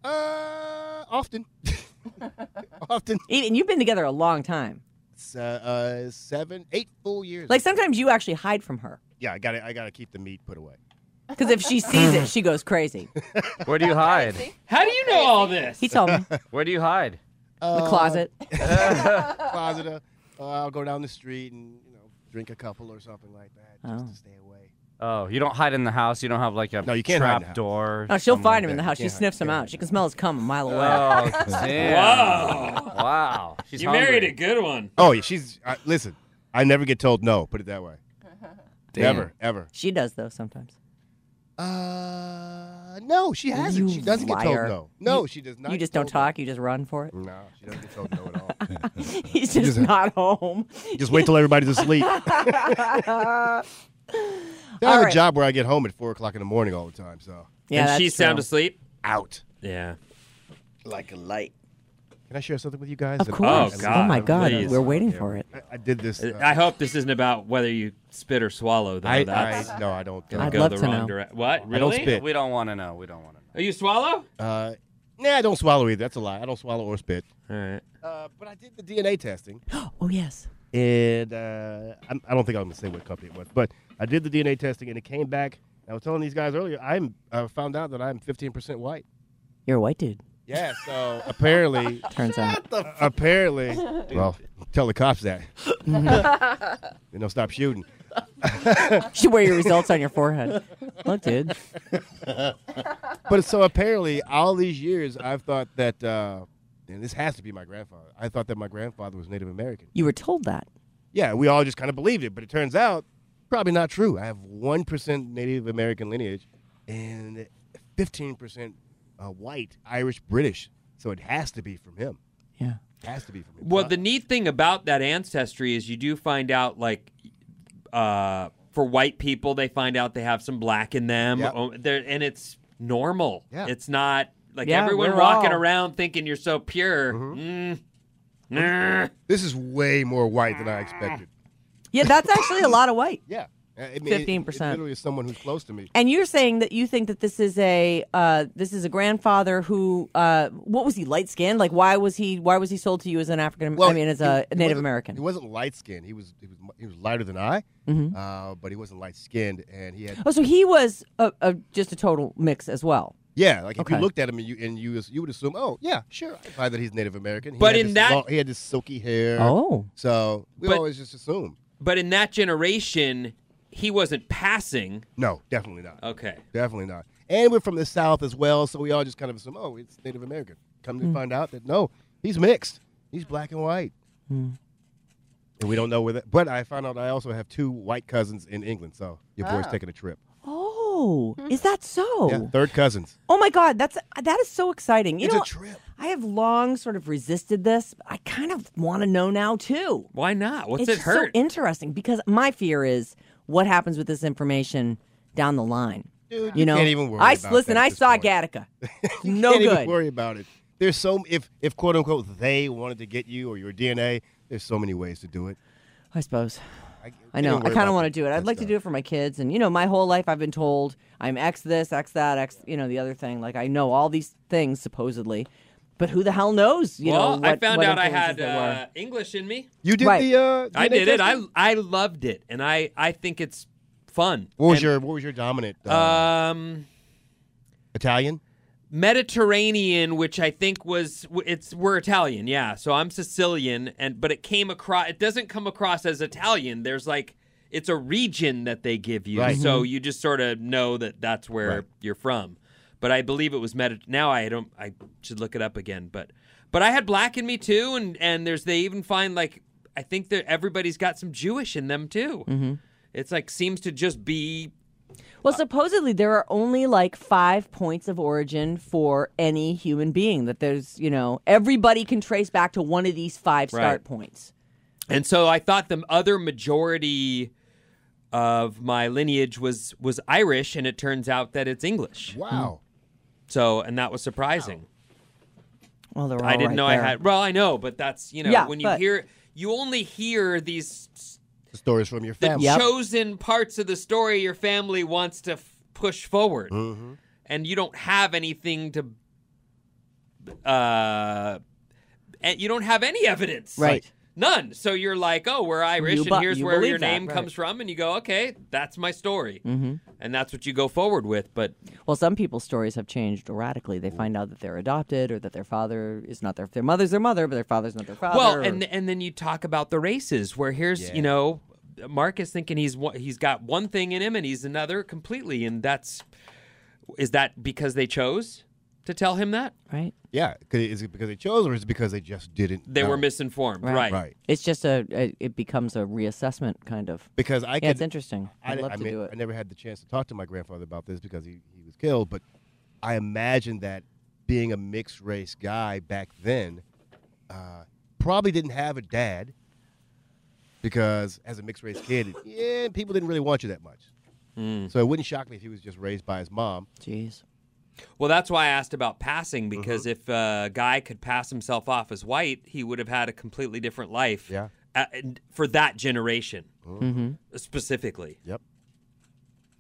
[SPEAKER 3] Uh, often. often.
[SPEAKER 1] E, Even- and you've been together a long time.
[SPEAKER 3] s- uh, uh, seven, eight full years.
[SPEAKER 1] Like sometimes you actually hide from her
[SPEAKER 3] yeah, I got to I got to keep the meat put away.
[SPEAKER 1] because if she sees it, she goes crazy.
[SPEAKER 4] Where do you hide?
[SPEAKER 2] How do you know all this?
[SPEAKER 1] He told me
[SPEAKER 4] Where do you hide?
[SPEAKER 1] the closet.
[SPEAKER 3] Oh. Closet. Uh, uh, I'll go down the street and you know drink a couple or something like that just to stay away.
[SPEAKER 4] Oh, you don't hide in the house. You don't have like a
[SPEAKER 3] No, you can't hide in the
[SPEAKER 4] trap
[SPEAKER 3] house.
[SPEAKER 4] door.
[SPEAKER 1] No, Oh, she'll
[SPEAKER 4] somewhere
[SPEAKER 1] find him in the
[SPEAKER 4] that-
[SPEAKER 1] house. She
[SPEAKER 3] can't hide-
[SPEAKER 1] sniffs him
[SPEAKER 3] can't
[SPEAKER 1] out.
[SPEAKER 3] hide.
[SPEAKER 1] She can smell his cum a mile away.
[SPEAKER 4] Oh, damn.
[SPEAKER 2] Wow.
[SPEAKER 4] Wow. She's
[SPEAKER 2] You
[SPEAKER 4] hungry.
[SPEAKER 2] married a good one.
[SPEAKER 3] Oh yeah, she's I listen. I never get told no. Put it that way.
[SPEAKER 4] Damn.
[SPEAKER 3] Never, ever.
[SPEAKER 1] She does though sometimes.
[SPEAKER 3] Uh, no, she hasn't.
[SPEAKER 1] You
[SPEAKER 3] she doesn't get
[SPEAKER 1] liar.
[SPEAKER 3] told no. No,
[SPEAKER 1] You-
[SPEAKER 3] she does not.
[SPEAKER 1] you
[SPEAKER 3] get
[SPEAKER 1] just don't
[SPEAKER 3] told
[SPEAKER 1] talk. You just run for it.
[SPEAKER 3] No. no, she doesn't get told no at all.
[SPEAKER 1] He's just not home.
[SPEAKER 3] just wait till everybody's asleep. I have
[SPEAKER 1] right.
[SPEAKER 3] a job where I get home at four o'clock in the morning all the time, so
[SPEAKER 1] Yeah,
[SPEAKER 2] and
[SPEAKER 1] that's
[SPEAKER 2] she's
[SPEAKER 1] true.
[SPEAKER 2] sound asleep.
[SPEAKER 3] out.
[SPEAKER 2] Yeah.
[SPEAKER 5] like a light.
[SPEAKER 3] Can I share something with you guys?
[SPEAKER 1] Of
[SPEAKER 3] And-
[SPEAKER 1] course. Oh,
[SPEAKER 2] Oh, God,
[SPEAKER 1] my God,
[SPEAKER 2] please.
[SPEAKER 1] we're waiting for it.
[SPEAKER 3] I, I did this. uh,
[SPEAKER 2] I hope this isn't about whether you spit or swallow. Though.
[SPEAKER 3] I,
[SPEAKER 2] That's
[SPEAKER 3] I- no, I don't.
[SPEAKER 2] gonna
[SPEAKER 1] I'd
[SPEAKER 2] go
[SPEAKER 1] love
[SPEAKER 2] the
[SPEAKER 1] to
[SPEAKER 2] wrong
[SPEAKER 1] know.
[SPEAKER 2] direction. What? Really?
[SPEAKER 3] I don't spit.
[SPEAKER 4] We don't want to know. We don't want to know.
[SPEAKER 2] Oh, you swallow?
[SPEAKER 3] Uh, nah, I don't swallow either. That's a lie. I don't swallow or spit.
[SPEAKER 2] All right.
[SPEAKER 3] Uh, but I did the DNA testing,
[SPEAKER 1] Oh yes.
[SPEAKER 3] and uh, I'm, I don't think I'm gonna say what company it was, but I did the DNA testing, and it came back. I was telling these guys earlier. I'm uh, found out that I'm 15% white.
[SPEAKER 1] You're a white dude.
[SPEAKER 3] Yeah. So apparently,
[SPEAKER 1] Turns out.
[SPEAKER 3] apparently, well, tell the cops that. then they'll stop shooting.
[SPEAKER 1] You should wear your results on your forehead. Look, dude.
[SPEAKER 3] But so apparently, all these years, I've thought that, uh, and this has to be my grandfather. I thought that my grandfather was Native American.
[SPEAKER 1] You were told that.
[SPEAKER 3] Yeah, we all just kind of believed it, but it turns out probably not true. I have one percent Native American lineage, and fifteen percent uh, white, Irish, British. So it has to be from him.
[SPEAKER 1] Yeah.
[SPEAKER 3] has to be from him.
[SPEAKER 2] Well, the neat thing about that ancestry is you do find out, like, uh, for white people, they find out they have some black in them,
[SPEAKER 3] Yep.
[SPEAKER 2] Oh, they're- and it's normal.
[SPEAKER 3] Yeah.
[SPEAKER 2] It's not like
[SPEAKER 1] Yeah,
[SPEAKER 2] everyone
[SPEAKER 1] we're
[SPEAKER 2] walking
[SPEAKER 1] all-
[SPEAKER 2] around thinking you're so pure.
[SPEAKER 3] Mm-hmm.
[SPEAKER 2] Mm. Nah.
[SPEAKER 3] this is way more white than I expected.
[SPEAKER 1] Yeah, that's actually a lot of white.
[SPEAKER 3] Yeah, Uh, I mean, it- it
[SPEAKER 1] 15%.
[SPEAKER 3] Literally, is someone who's close to me.
[SPEAKER 1] And you're saying that you think that this is a uh, this is a grandfather who uh, what was he light skinned? Like why was he why was he sold to you as an African? I mean, as
[SPEAKER 3] he-
[SPEAKER 1] a
[SPEAKER 3] he
[SPEAKER 1] Native
[SPEAKER 3] wasn't-
[SPEAKER 1] American. Mm-hmm.
[SPEAKER 3] He wasn't light skinned. He was he was mu- he was lighter than I, uh, but he wasn't light skinned, and he had
[SPEAKER 1] Oh, so he was a, a, just a total mix as well.
[SPEAKER 3] Yeah, like if
[SPEAKER 1] Okay.
[SPEAKER 3] you looked at him and you and you you would assume, oh yeah, sure, I buy that he's Native American. He
[SPEAKER 2] But
[SPEAKER 3] had
[SPEAKER 2] in
[SPEAKER 3] this
[SPEAKER 2] that-
[SPEAKER 3] long- he had this silky hair.
[SPEAKER 1] Oh.
[SPEAKER 3] so we
[SPEAKER 2] But-
[SPEAKER 3] always just assume.
[SPEAKER 2] But in that generation, he wasn't passing.
[SPEAKER 3] No, definitely not.
[SPEAKER 2] Okay.
[SPEAKER 3] Definitely not. And we're from the South as well, so we all just kind of assume, oh, it's Native American. Come
[SPEAKER 2] Hmm.
[SPEAKER 3] to find out that no, he's mixed. He's black and white.
[SPEAKER 2] Hmm.
[SPEAKER 3] And we don't know where that. But I found out I also have two white cousins in England. So your boy's
[SPEAKER 2] Ah.
[SPEAKER 3] taking a trip.
[SPEAKER 1] Oh, is that so?
[SPEAKER 3] Yeah, third cousins.
[SPEAKER 1] Oh my God, that's that is so exciting. You
[SPEAKER 3] It's
[SPEAKER 1] know,
[SPEAKER 3] a
[SPEAKER 1] what?
[SPEAKER 3] trip.
[SPEAKER 1] I have long sort of resisted this. But I kind of want to know now too.
[SPEAKER 2] Why not? What's
[SPEAKER 1] it's
[SPEAKER 2] it
[SPEAKER 1] just
[SPEAKER 2] hurt?
[SPEAKER 1] so interesting because my fear is what happens with this information down the line.
[SPEAKER 3] Dude,
[SPEAKER 1] you know,
[SPEAKER 3] can't even worry
[SPEAKER 1] I
[SPEAKER 3] about
[SPEAKER 1] listen.
[SPEAKER 3] that at
[SPEAKER 1] I
[SPEAKER 3] this
[SPEAKER 1] saw
[SPEAKER 3] point.
[SPEAKER 1] Gattaca. no
[SPEAKER 3] can't
[SPEAKER 1] good.
[SPEAKER 3] even worry about it. There's so if if quote unquote they wanted to get you or your DNA, there's so many ways to do it.
[SPEAKER 1] I suppose.
[SPEAKER 3] I,
[SPEAKER 1] I know. I kind of want to do it. I'd like to do it for my kids. And, you know, my whole life I've been told I'm X this, X that, X, you know, the other thing. Like, I know all these things, supposedly. But who the hell knows? You
[SPEAKER 2] well,
[SPEAKER 1] know,
[SPEAKER 2] I
[SPEAKER 1] what-
[SPEAKER 2] found
[SPEAKER 1] what
[SPEAKER 2] out I
[SPEAKER 1] influences
[SPEAKER 2] had
[SPEAKER 1] there
[SPEAKER 2] uh,
[SPEAKER 1] were.
[SPEAKER 2] English in me.
[SPEAKER 3] You did
[SPEAKER 1] Right.
[SPEAKER 3] the. Uh,
[SPEAKER 2] I
[SPEAKER 3] DNA
[SPEAKER 2] did it. I
[SPEAKER 3] testing?
[SPEAKER 2] I loved it, and I I think it's fun.
[SPEAKER 3] What was
[SPEAKER 2] And,
[SPEAKER 3] your What was your dominant uh,
[SPEAKER 2] um
[SPEAKER 3] Italian?
[SPEAKER 2] Mediterranean, which I think was it's we're Italian, yeah. So I'm Sicilian, and but it came across. It doesn't come across as Italian. There's like it's a region that they give you,
[SPEAKER 3] Right. Mm-hmm.
[SPEAKER 2] so you just sort of know that that's where
[SPEAKER 3] Right.
[SPEAKER 2] you're from. But I believe it was Medi. Now I don't. I should look it up again, but but I had black in me too, and and there's they even find like I think that everybody's got some Jewish in them too.
[SPEAKER 3] Mm-hmm.
[SPEAKER 2] It's like seems to just be
[SPEAKER 1] Well, supposedly there are only like five points of origin for any human being. That there's, you know, everybody can trace back to one of these five start
[SPEAKER 2] Right.
[SPEAKER 1] points.
[SPEAKER 2] And so I thought the other majority of my lineage was was Irish, and it turns out that it's English.
[SPEAKER 3] Wow.
[SPEAKER 2] So, and that was surprising.
[SPEAKER 1] Well, they're all
[SPEAKER 2] I didn't
[SPEAKER 1] right
[SPEAKER 2] know
[SPEAKER 1] there.
[SPEAKER 2] I had. Well, I know, but that's you know
[SPEAKER 1] Yeah,
[SPEAKER 2] when you
[SPEAKER 1] but-
[SPEAKER 2] hear you only hear these s-
[SPEAKER 3] The stories from your
[SPEAKER 2] the
[SPEAKER 3] family.
[SPEAKER 1] Yep.
[SPEAKER 2] chosen parts of the story your family wants to f- push forward, and you don't have anything to. Uh, and you don't have any evidence,
[SPEAKER 1] Right.
[SPEAKER 2] None. So you're like, oh, we're Irish,
[SPEAKER 1] You
[SPEAKER 2] and
[SPEAKER 1] bu-
[SPEAKER 2] here's
[SPEAKER 1] you
[SPEAKER 2] where
[SPEAKER 1] believe
[SPEAKER 2] your
[SPEAKER 1] that,
[SPEAKER 2] name
[SPEAKER 1] right. Mm-hmm.
[SPEAKER 2] comes from, and you go, okay, that's my story, and that's what you go forward with. But
[SPEAKER 10] Well, some people's stories have changed radically. They find out that they're adopted or that their father is not their their mother's their mother, but their father's not their father.
[SPEAKER 2] well,
[SPEAKER 10] or-
[SPEAKER 2] and and then you talk about the races, where here's you know, Mark is thinking he's one- he's got one thing in him, and he's another completely, and that's is that because they chose to tell him that
[SPEAKER 10] right.
[SPEAKER 3] Yeah, 'cause is it because they chose or is it because they just didn't?
[SPEAKER 2] they
[SPEAKER 3] know?
[SPEAKER 2] were misinformed, right?
[SPEAKER 3] Right.
[SPEAKER 10] It's just a, a it becomes a reassessment kind of.
[SPEAKER 3] Because I
[SPEAKER 10] yeah,
[SPEAKER 3] could,
[SPEAKER 10] it's interesting.
[SPEAKER 3] I,
[SPEAKER 10] I'd
[SPEAKER 3] di-
[SPEAKER 10] love
[SPEAKER 3] I
[SPEAKER 10] to
[SPEAKER 3] mean,
[SPEAKER 10] do it.
[SPEAKER 3] I never had the chance to talk to my grandfather about this because he, he was killed, but I imagine that being a mixed race guy back then uh, probably didn't have a dad because as a mixed race kid, yeah, people didn't really want you that much.
[SPEAKER 10] Hmm.
[SPEAKER 3] So it wouldn't shock me if he was just raised by his mom.
[SPEAKER 10] Jeez.
[SPEAKER 2] Well, that's why I asked about passing
[SPEAKER 3] Uh-huh.
[SPEAKER 2] because if a guy could pass himself off as white, he would have had a completely different life.
[SPEAKER 3] Yeah. Mm-hmm.
[SPEAKER 2] uh, and for that generation uh,
[SPEAKER 10] Mhm.
[SPEAKER 2] specifically.
[SPEAKER 3] Yep.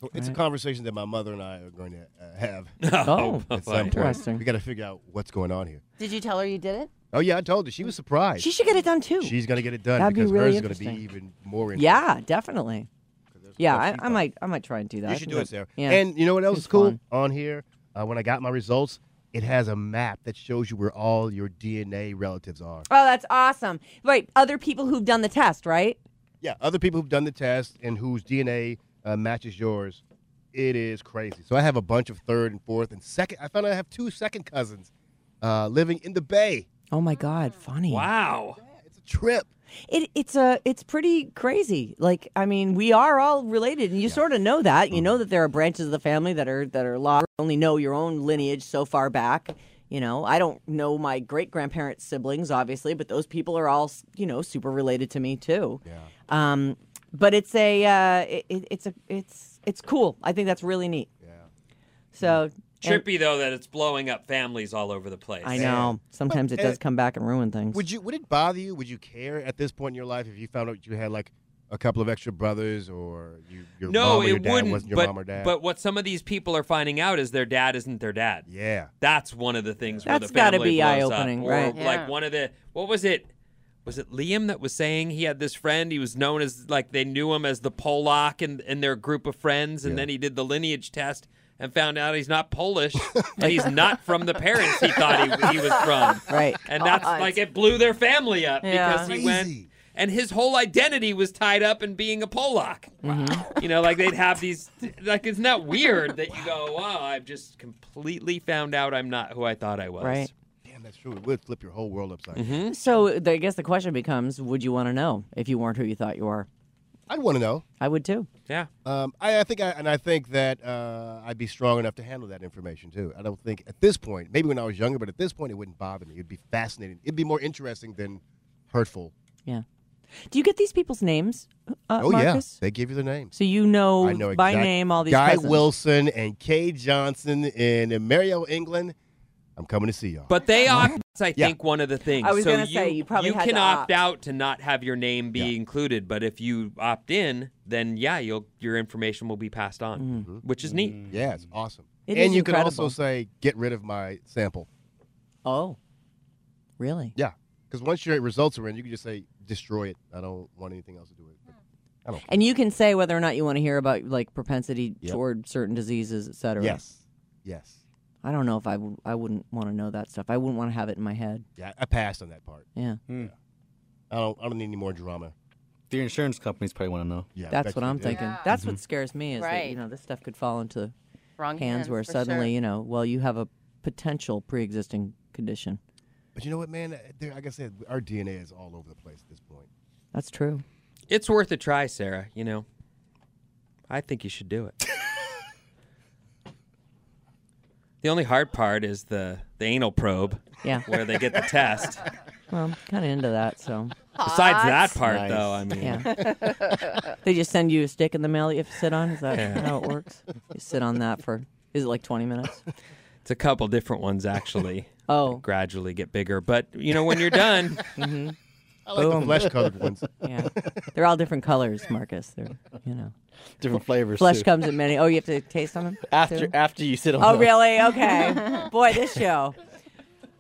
[SPEAKER 3] So it's a conversation that my mother and I are going to uh, have.
[SPEAKER 2] Oh,
[SPEAKER 3] at some point.
[SPEAKER 10] interesting.
[SPEAKER 3] We got to figure out what's going on here.
[SPEAKER 7] Did you tell her you did it?
[SPEAKER 3] Oh yeah, I told her she was surprised.
[SPEAKER 1] She should get it done too.
[SPEAKER 3] She's gonna get it done
[SPEAKER 10] That'd be
[SPEAKER 3] because
[SPEAKER 10] really
[SPEAKER 3] hers is gonna be
[SPEAKER 10] interesting.
[SPEAKER 3] even more. Interesting.
[SPEAKER 10] Yeah, definitely. Yeah,
[SPEAKER 3] stuff
[SPEAKER 10] I,
[SPEAKER 3] she
[SPEAKER 10] I might I might try and do that.
[SPEAKER 3] you should do it, Sarah.
[SPEAKER 10] Yeah.
[SPEAKER 3] And you know what else
[SPEAKER 10] It's
[SPEAKER 3] is cool
[SPEAKER 10] fun.
[SPEAKER 3] on here? Uh, when I got my results, it has a map that shows you where all your DNA relatives are.
[SPEAKER 1] Oh, that's awesome. Right, other people who've done the test, right?
[SPEAKER 3] Yeah, other people who've done the test and whose DNA uh, matches yours. It is crazy. So I have a bunch of third and fourth and second. I found out I have two second cousins uh, living in the Bay.
[SPEAKER 10] oh my God, funny.
[SPEAKER 2] Wow.
[SPEAKER 3] It's a trip.
[SPEAKER 1] It, it's a it's pretty crazy. Like I mean, we are all related, and you sort of know that. You know that there are branches of the family that are that are lost. You Only know your own lineage so far back. You know, I don't know my great grandparents' siblings, obviously, but those people are all you know super related to me too. Yeah. Um, but it's a uh, it, it- it's a it's it's cool. I think that's really neat. Yeah. So and-
[SPEAKER 2] Trippy though that it's blowing up families all over the place.
[SPEAKER 1] I know sometimes it
[SPEAKER 3] and-
[SPEAKER 1] does come back and ruin things.
[SPEAKER 3] Would you? Would it bother you? Would you care at this point in your life if you found out you had like a couple of extra brothers or you, your
[SPEAKER 2] No,
[SPEAKER 3] mom or your
[SPEAKER 2] it
[SPEAKER 3] dad
[SPEAKER 2] wouldn't.
[SPEAKER 3] wasn't your
[SPEAKER 2] but,
[SPEAKER 3] mom or dad?
[SPEAKER 2] but what some of these people are finding out is their dad isn't their dad.
[SPEAKER 3] yeah,
[SPEAKER 2] That's one of the things where
[SPEAKER 10] That's
[SPEAKER 2] the
[SPEAKER 10] gotta
[SPEAKER 2] family
[SPEAKER 10] be
[SPEAKER 2] blows up.
[SPEAKER 10] eye-opening,
[SPEAKER 2] Or,
[SPEAKER 10] right.
[SPEAKER 2] Like one of the what was it? Was it Liam that was saying he had this friend? He was known as like they knew him as the Polak in, in their group of friends, and then he did the lineage test and found out he's not Polish. and he's not from the parents he thought he, he was from.
[SPEAKER 10] Right.
[SPEAKER 2] And that's like it blew their family up
[SPEAKER 10] Yeah.
[SPEAKER 2] because he went and his whole identity was tied up in being a Polak.
[SPEAKER 1] Mm-hmm.
[SPEAKER 2] You know, like they'd have these like it's not weird that you go, Wow, I've just completely found out I'm not who I thought I was.
[SPEAKER 10] Right.
[SPEAKER 3] damn, that's true. It would flip your whole world upside. down.
[SPEAKER 10] So the, I guess the question becomes: Would you want to know if you weren't who you thought you were?
[SPEAKER 3] I'd want to know.
[SPEAKER 10] I would too.
[SPEAKER 2] Yeah.
[SPEAKER 3] Um, I, I think, I, and I think that uh, I'd be strong enough to handle that information too. I don't think at this point, maybe when I was younger, but at this point, it wouldn't bother me. It'd be fascinating. It'd be more interesting than hurtful.
[SPEAKER 10] Yeah. Do you get these people's names? Uh,
[SPEAKER 3] oh
[SPEAKER 10] Marcus?
[SPEAKER 3] yeah, they give you the names.
[SPEAKER 10] So you know,
[SPEAKER 3] I know
[SPEAKER 10] by
[SPEAKER 3] exact-
[SPEAKER 10] name all these
[SPEAKER 3] Guy
[SPEAKER 10] cousins.
[SPEAKER 3] Wilson and Kay Johnson in Mario, England. I'm coming to see y'all.
[SPEAKER 2] But they opt that's, I think one of the things.
[SPEAKER 1] I was
[SPEAKER 2] so
[SPEAKER 1] gonna say, you probably had
[SPEAKER 2] can
[SPEAKER 1] to
[SPEAKER 2] opt
[SPEAKER 1] opt.
[SPEAKER 2] out to not have your name be included, but if you opt in, then yeah, you'll your information will be passed on.
[SPEAKER 1] Mm-hmm.
[SPEAKER 2] Which is neat.
[SPEAKER 3] yeah, it's awesome.
[SPEAKER 10] It
[SPEAKER 3] and
[SPEAKER 10] is
[SPEAKER 3] you can
[SPEAKER 10] incredible.
[SPEAKER 3] also say, get rid of my sample.
[SPEAKER 10] Oh, really?
[SPEAKER 3] Yeah, because once your results are in, you can just say, destroy it. I don't want anything else to do with it. I don't. care.
[SPEAKER 10] And you can say whether or not you want to hear about like propensity
[SPEAKER 3] Yep.
[SPEAKER 10] toward certain diseases, et cetera.
[SPEAKER 3] Yes, yes.
[SPEAKER 10] I don't know if I would. I wouldn't want to know that stuff. I wouldn't want to have it in my head.
[SPEAKER 3] Yeah, I passed on that part.
[SPEAKER 10] Yeah.
[SPEAKER 3] I don't. I don't need any more drama.
[SPEAKER 5] Your insurance companies probably want to know.
[SPEAKER 3] Yeah, I
[SPEAKER 10] That's
[SPEAKER 3] bet
[SPEAKER 10] what
[SPEAKER 3] you Mm-hmm.
[SPEAKER 10] I'm
[SPEAKER 3] did.
[SPEAKER 10] thinking. That's what scares me is that you
[SPEAKER 7] Right.
[SPEAKER 10] know this stuff could fall into
[SPEAKER 7] Wrong
[SPEAKER 10] hands where
[SPEAKER 7] for
[SPEAKER 10] suddenly
[SPEAKER 7] sure.
[SPEAKER 10] you know well you have a potential pre-existing condition.
[SPEAKER 3] But you know what, man? Uh, There, like I said, our DNA is all over the place at this point.
[SPEAKER 10] That's true.
[SPEAKER 2] It's worth a try, Sarah, you know. I think you should do it. the only hard part is the, the anal probe
[SPEAKER 10] Yeah.
[SPEAKER 2] where they get the test.
[SPEAKER 10] Well, I'm kind of into that. So
[SPEAKER 2] Besides that part
[SPEAKER 5] Nice.
[SPEAKER 2] though, I mean
[SPEAKER 10] yeah, they just send you a stick in the mail that you have to sit on. Is that how it works? You sit on that for is it like 20 minutes?
[SPEAKER 2] it's a couple different ones actually.
[SPEAKER 10] Oh,
[SPEAKER 2] gradually get bigger, but you know when you're done,
[SPEAKER 3] I like the flesh-colored ones.
[SPEAKER 10] yeah. They're all different colors, Marcus. They're you know
[SPEAKER 5] Different flavors.
[SPEAKER 10] flesh
[SPEAKER 5] too.
[SPEAKER 10] comes in many. Oh, you have to taste on them
[SPEAKER 5] after
[SPEAKER 10] too?
[SPEAKER 5] after you sit on.
[SPEAKER 1] Oh,
[SPEAKER 5] the-
[SPEAKER 1] really? Okay. Boy, this show.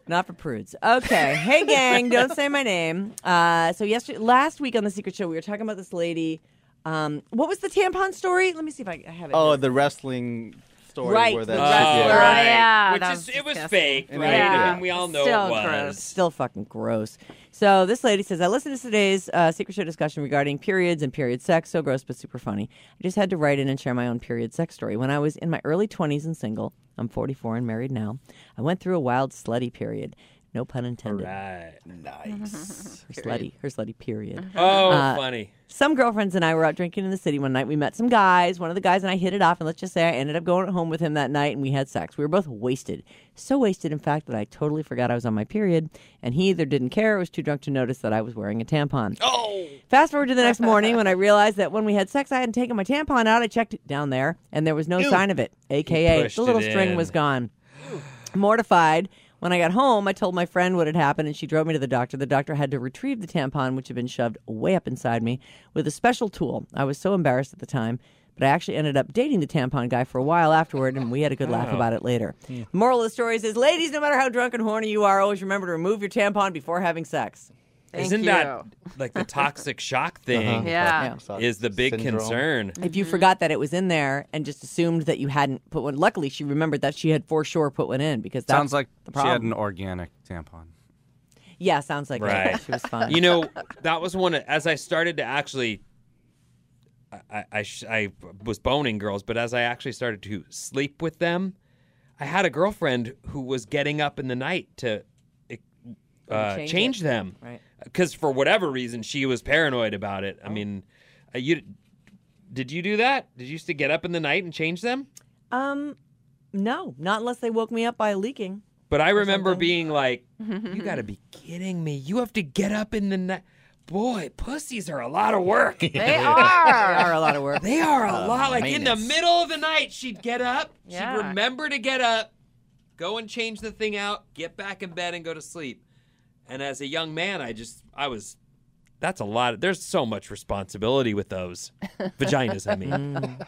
[SPEAKER 1] Not for prudes. Okay. Hey, gang, don't say my name. Uh, so yesterday, last week on the Secret Show, we were talking about this lady. Um, what was the tampon story? Let me see if I, I have it.
[SPEAKER 5] Oh, the wrestling story
[SPEAKER 1] Right,
[SPEAKER 5] where
[SPEAKER 1] the
[SPEAKER 5] that
[SPEAKER 1] wrestling.
[SPEAKER 5] shit-
[SPEAKER 1] Oh, yeah,
[SPEAKER 2] Which
[SPEAKER 1] that
[SPEAKER 2] is
[SPEAKER 1] was
[SPEAKER 2] it was
[SPEAKER 1] disgusting.
[SPEAKER 2] fake, right? I
[SPEAKER 1] Yeah.
[SPEAKER 2] mean, we all know
[SPEAKER 7] Oh,
[SPEAKER 1] Still
[SPEAKER 2] it
[SPEAKER 1] gross.
[SPEAKER 2] was.
[SPEAKER 1] Still fucking gross. So this lady says, I listened to today's uh, secret show discussion regarding periods and period sex. So gross, but super funny. I just had to write in and share my own period sex story. When I was in my early 20s and single, I'm 44 and married now, I went through a wild slutty period. No pun intended.
[SPEAKER 2] Right.
[SPEAKER 5] Nice.
[SPEAKER 1] Her slutty, her slutty period.
[SPEAKER 2] Oh,
[SPEAKER 1] Uh,
[SPEAKER 2] funny.
[SPEAKER 1] Some girlfriends and I were out drinking in the city one night. We met some guys. One of the guys and I hit it off, and let's just say I ended up going home with him that night and we had sex. We were both wasted. So wasted, in fact, that I totally forgot I was on my period, and he either didn't care or was too drunk to notice that I was wearing a tampon.
[SPEAKER 2] Oh!
[SPEAKER 1] Fast forward to the next morning when I realized that when we had sex, I hadn't taken my tampon out. I checked down there, and there was no sign of it,
[SPEAKER 2] He
[SPEAKER 1] aka
[SPEAKER 2] pushed
[SPEAKER 1] the little
[SPEAKER 2] it
[SPEAKER 1] string
[SPEAKER 2] in.
[SPEAKER 1] was gone. Mortified, when I got home, I told my friend what had happened, and she drove me to the doctor. The doctor had to retrieve the tampon, which had been shoved way up inside me, with a special tool. I was so embarrassed at the time. But I actually ended up dating the tampon guy for a while afterward, and we had a good laugh
[SPEAKER 4] Oh.
[SPEAKER 10] Wow.
[SPEAKER 1] about it later.
[SPEAKER 4] Hmm.
[SPEAKER 1] Moral of the story is, ladies, no matter how drunk and horny you are, always remember to remove your tampon before having sex.
[SPEAKER 2] Isn't that like the toxic shock thing?
[SPEAKER 1] Yeah.
[SPEAKER 2] Is the big
[SPEAKER 5] Uh-huh. Syndrome.
[SPEAKER 2] concern.
[SPEAKER 1] If you forgot that it was in there and just assumed that you hadn't put one, luckily she remembered that she had for sure put one in because that's
[SPEAKER 4] Sounds like
[SPEAKER 1] the
[SPEAKER 4] she had
[SPEAKER 1] problem.
[SPEAKER 4] an organic tampon.
[SPEAKER 1] yeah, sounds like
[SPEAKER 2] right.
[SPEAKER 1] it. she was fine.
[SPEAKER 2] You know, that was one. Of, as I started to actually, I I, I, sh- I was boning girls, but as I actually started to sleep with them, I had a girlfriend who was getting up in the night to eh, uh,
[SPEAKER 1] Oh, change
[SPEAKER 2] change,
[SPEAKER 1] it.
[SPEAKER 2] them,
[SPEAKER 1] Right. Oh.
[SPEAKER 2] Because for whatever reason, she was paranoid about it. I mean, uh, you did you do that? Did you used to get up in the night and change them?
[SPEAKER 1] um, no, not unless they woke me up by leaking.
[SPEAKER 2] But I remember being like, "You got to be kidding me! You have to get up in the night." Boy, pussies are a lot of work.
[SPEAKER 7] They are.
[SPEAKER 1] They are a lot of work.
[SPEAKER 2] They are a lot. Like in the middle of the night, she'd get up.
[SPEAKER 7] Yeah.
[SPEAKER 2] She'd remember to get up, go and change the thing out, get back in bed, and go to sleep. And as a young man, I just, I was, that's a lot. There's so much responsibility with those vaginas. I mean,
[SPEAKER 7] Mm.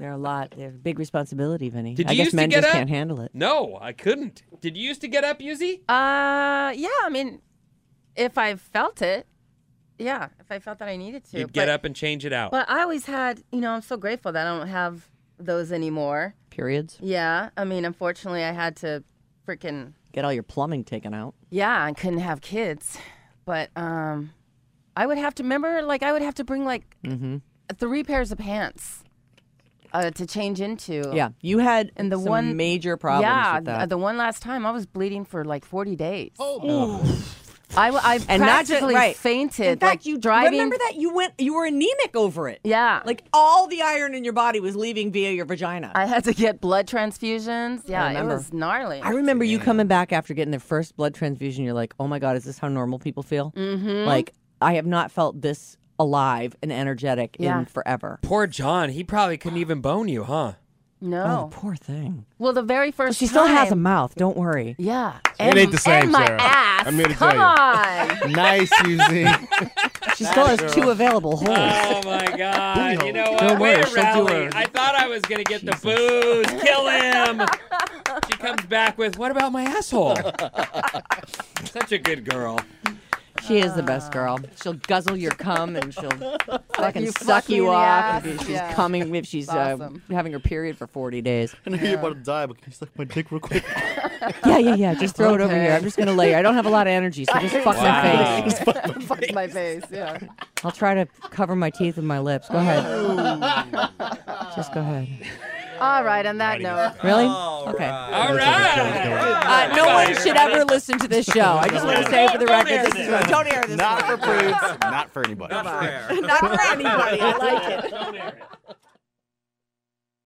[SPEAKER 1] They're a lot. They're a big responsibility, Vinny.
[SPEAKER 2] Did
[SPEAKER 1] I
[SPEAKER 2] you
[SPEAKER 1] guess
[SPEAKER 2] used to
[SPEAKER 1] men
[SPEAKER 2] get
[SPEAKER 1] just
[SPEAKER 2] up?
[SPEAKER 1] can't handle it.
[SPEAKER 2] no, I couldn't. Did you used to get up, Yuzi?
[SPEAKER 7] Uh, yeah. I mean, if I felt it, yeah. If I felt that I needed to,
[SPEAKER 2] You'd get
[SPEAKER 7] but,
[SPEAKER 2] up and change it out.
[SPEAKER 7] But I always had, you know, I'm so grateful that I don't have those anymore.
[SPEAKER 1] Periods.
[SPEAKER 7] Yeah. I mean, unfortunately, I had to freaking
[SPEAKER 1] Get all your plumbing taken out.
[SPEAKER 7] yeah. I couldn't have kids, but um, I would have to remember like I would have to bring like
[SPEAKER 1] Mm-hmm.
[SPEAKER 7] three pairs of pants uh, to change into.
[SPEAKER 1] Yeah, you had
[SPEAKER 7] And the
[SPEAKER 1] some
[SPEAKER 7] one
[SPEAKER 1] major problems
[SPEAKER 7] Yeah,
[SPEAKER 1] with that.
[SPEAKER 7] the one last time I was bleeding for like 40 days.
[SPEAKER 1] Oh.
[SPEAKER 7] I, I
[SPEAKER 1] and not just
[SPEAKER 7] practically
[SPEAKER 1] right.
[SPEAKER 7] fainted.
[SPEAKER 1] In fact,
[SPEAKER 7] like,
[SPEAKER 1] you
[SPEAKER 7] driving.
[SPEAKER 1] Remember that you went. You were anemic over it.
[SPEAKER 7] Yeah,
[SPEAKER 1] Like all the iron in your body was leaving via your vagina.
[SPEAKER 7] I had to get blood transfusions. Yeah, it
[SPEAKER 1] remember.
[SPEAKER 7] was gnarly.
[SPEAKER 1] I remember you coming back after getting the first blood transfusion. You're like, oh my God, is this how normal people feel? Mm-hmm. Like, I have not felt this alive and energetic
[SPEAKER 7] Yeah.
[SPEAKER 1] in forever.
[SPEAKER 2] Poor John, he probably couldn't even bone you, huh?
[SPEAKER 7] no.
[SPEAKER 1] Oh, Poor thing.
[SPEAKER 7] well, the very first.
[SPEAKER 1] She still
[SPEAKER 7] Oh.
[SPEAKER 1] has a
[SPEAKER 7] time-
[SPEAKER 1] mouth. Don't worry.
[SPEAKER 7] Yeah,
[SPEAKER 3] It
[SPEAKER 7] and,
[SPEAKER 3] ain't the same,
[SPEAKER 7] and my
[SPEAKER 3] Sarah.
[SPEAKER 7] ass.
[SPEAKER 3] I'm here to
[SPEAKER 7] Come
[SPEAKER 3] tell you.
[SPEAKER 7] on.
[SPEAKER 5] nice, Yuzi.
[SPEAKER 1] She still has two available holes.
[SPEAKER 2] Oh my God! You know what?
[SPEAKER 1] Don't
[SPEAKER 2] Way
[SPEAKER 1] worry,
[SPEAKER 2] to
[SPEAKER 1] she'll do
[SPEAKER 2] rally.
[SPEAKER 1] her-
[SPEAKER 2] I thought I was gonna get the booze. Kill him. she comes back with, "What about my asshole?" Such a good girl.
[SPEAKER 1] she is the best girl. She'll guzzle your cum and she'll fucking
[SPEAKER 7] you
[SPEAKER 1] suck
[SPEAKER 7] fuck me in
[SPEAKER 1] you
[SPEAKER 7] the
[SPEAKER 1] off.
[SPEAKER 7] ass.
[SPEAKER 1] If she's
[SPEAKER 7] Yeah.
[SPEAKER 1] coming, if she's
[SPEAKER 7] Awesome.
[SPEAKER 1] uh, having her period for 40 days.
[SPEAKER 5] I know you're about to die, but can you suck my dick real quick?
[SPEAKER 1] Yeah, yeah, yeah. Just throw it over
[SPEAKER 7] Okay.
[SPEAKER 1] here. I'm just going to lay here. I don't have a lot of energy, so just fuck my face.
[SPEAKER 2] Wow.
[SPEAKER 7] Fuck my face. Yeah.
[SPEAKER 1] I'll try to cover my teeth with my lips. Go ahead. Just go ahead.
[SPEAKER 7] All right. On that note.
[SPEAKER 1] Really? okay.
[SPEAKER 2] All right.
[SPEAKER 1] Uh, no one should ever listen to this show. I just want to say for the record, this is what, don't air this.
[SPEAKER 5] not for prudes, not for anybody.
[SPEAKER 1] Not for anybody. I like it.
[SPEAKER 2] Don't air it.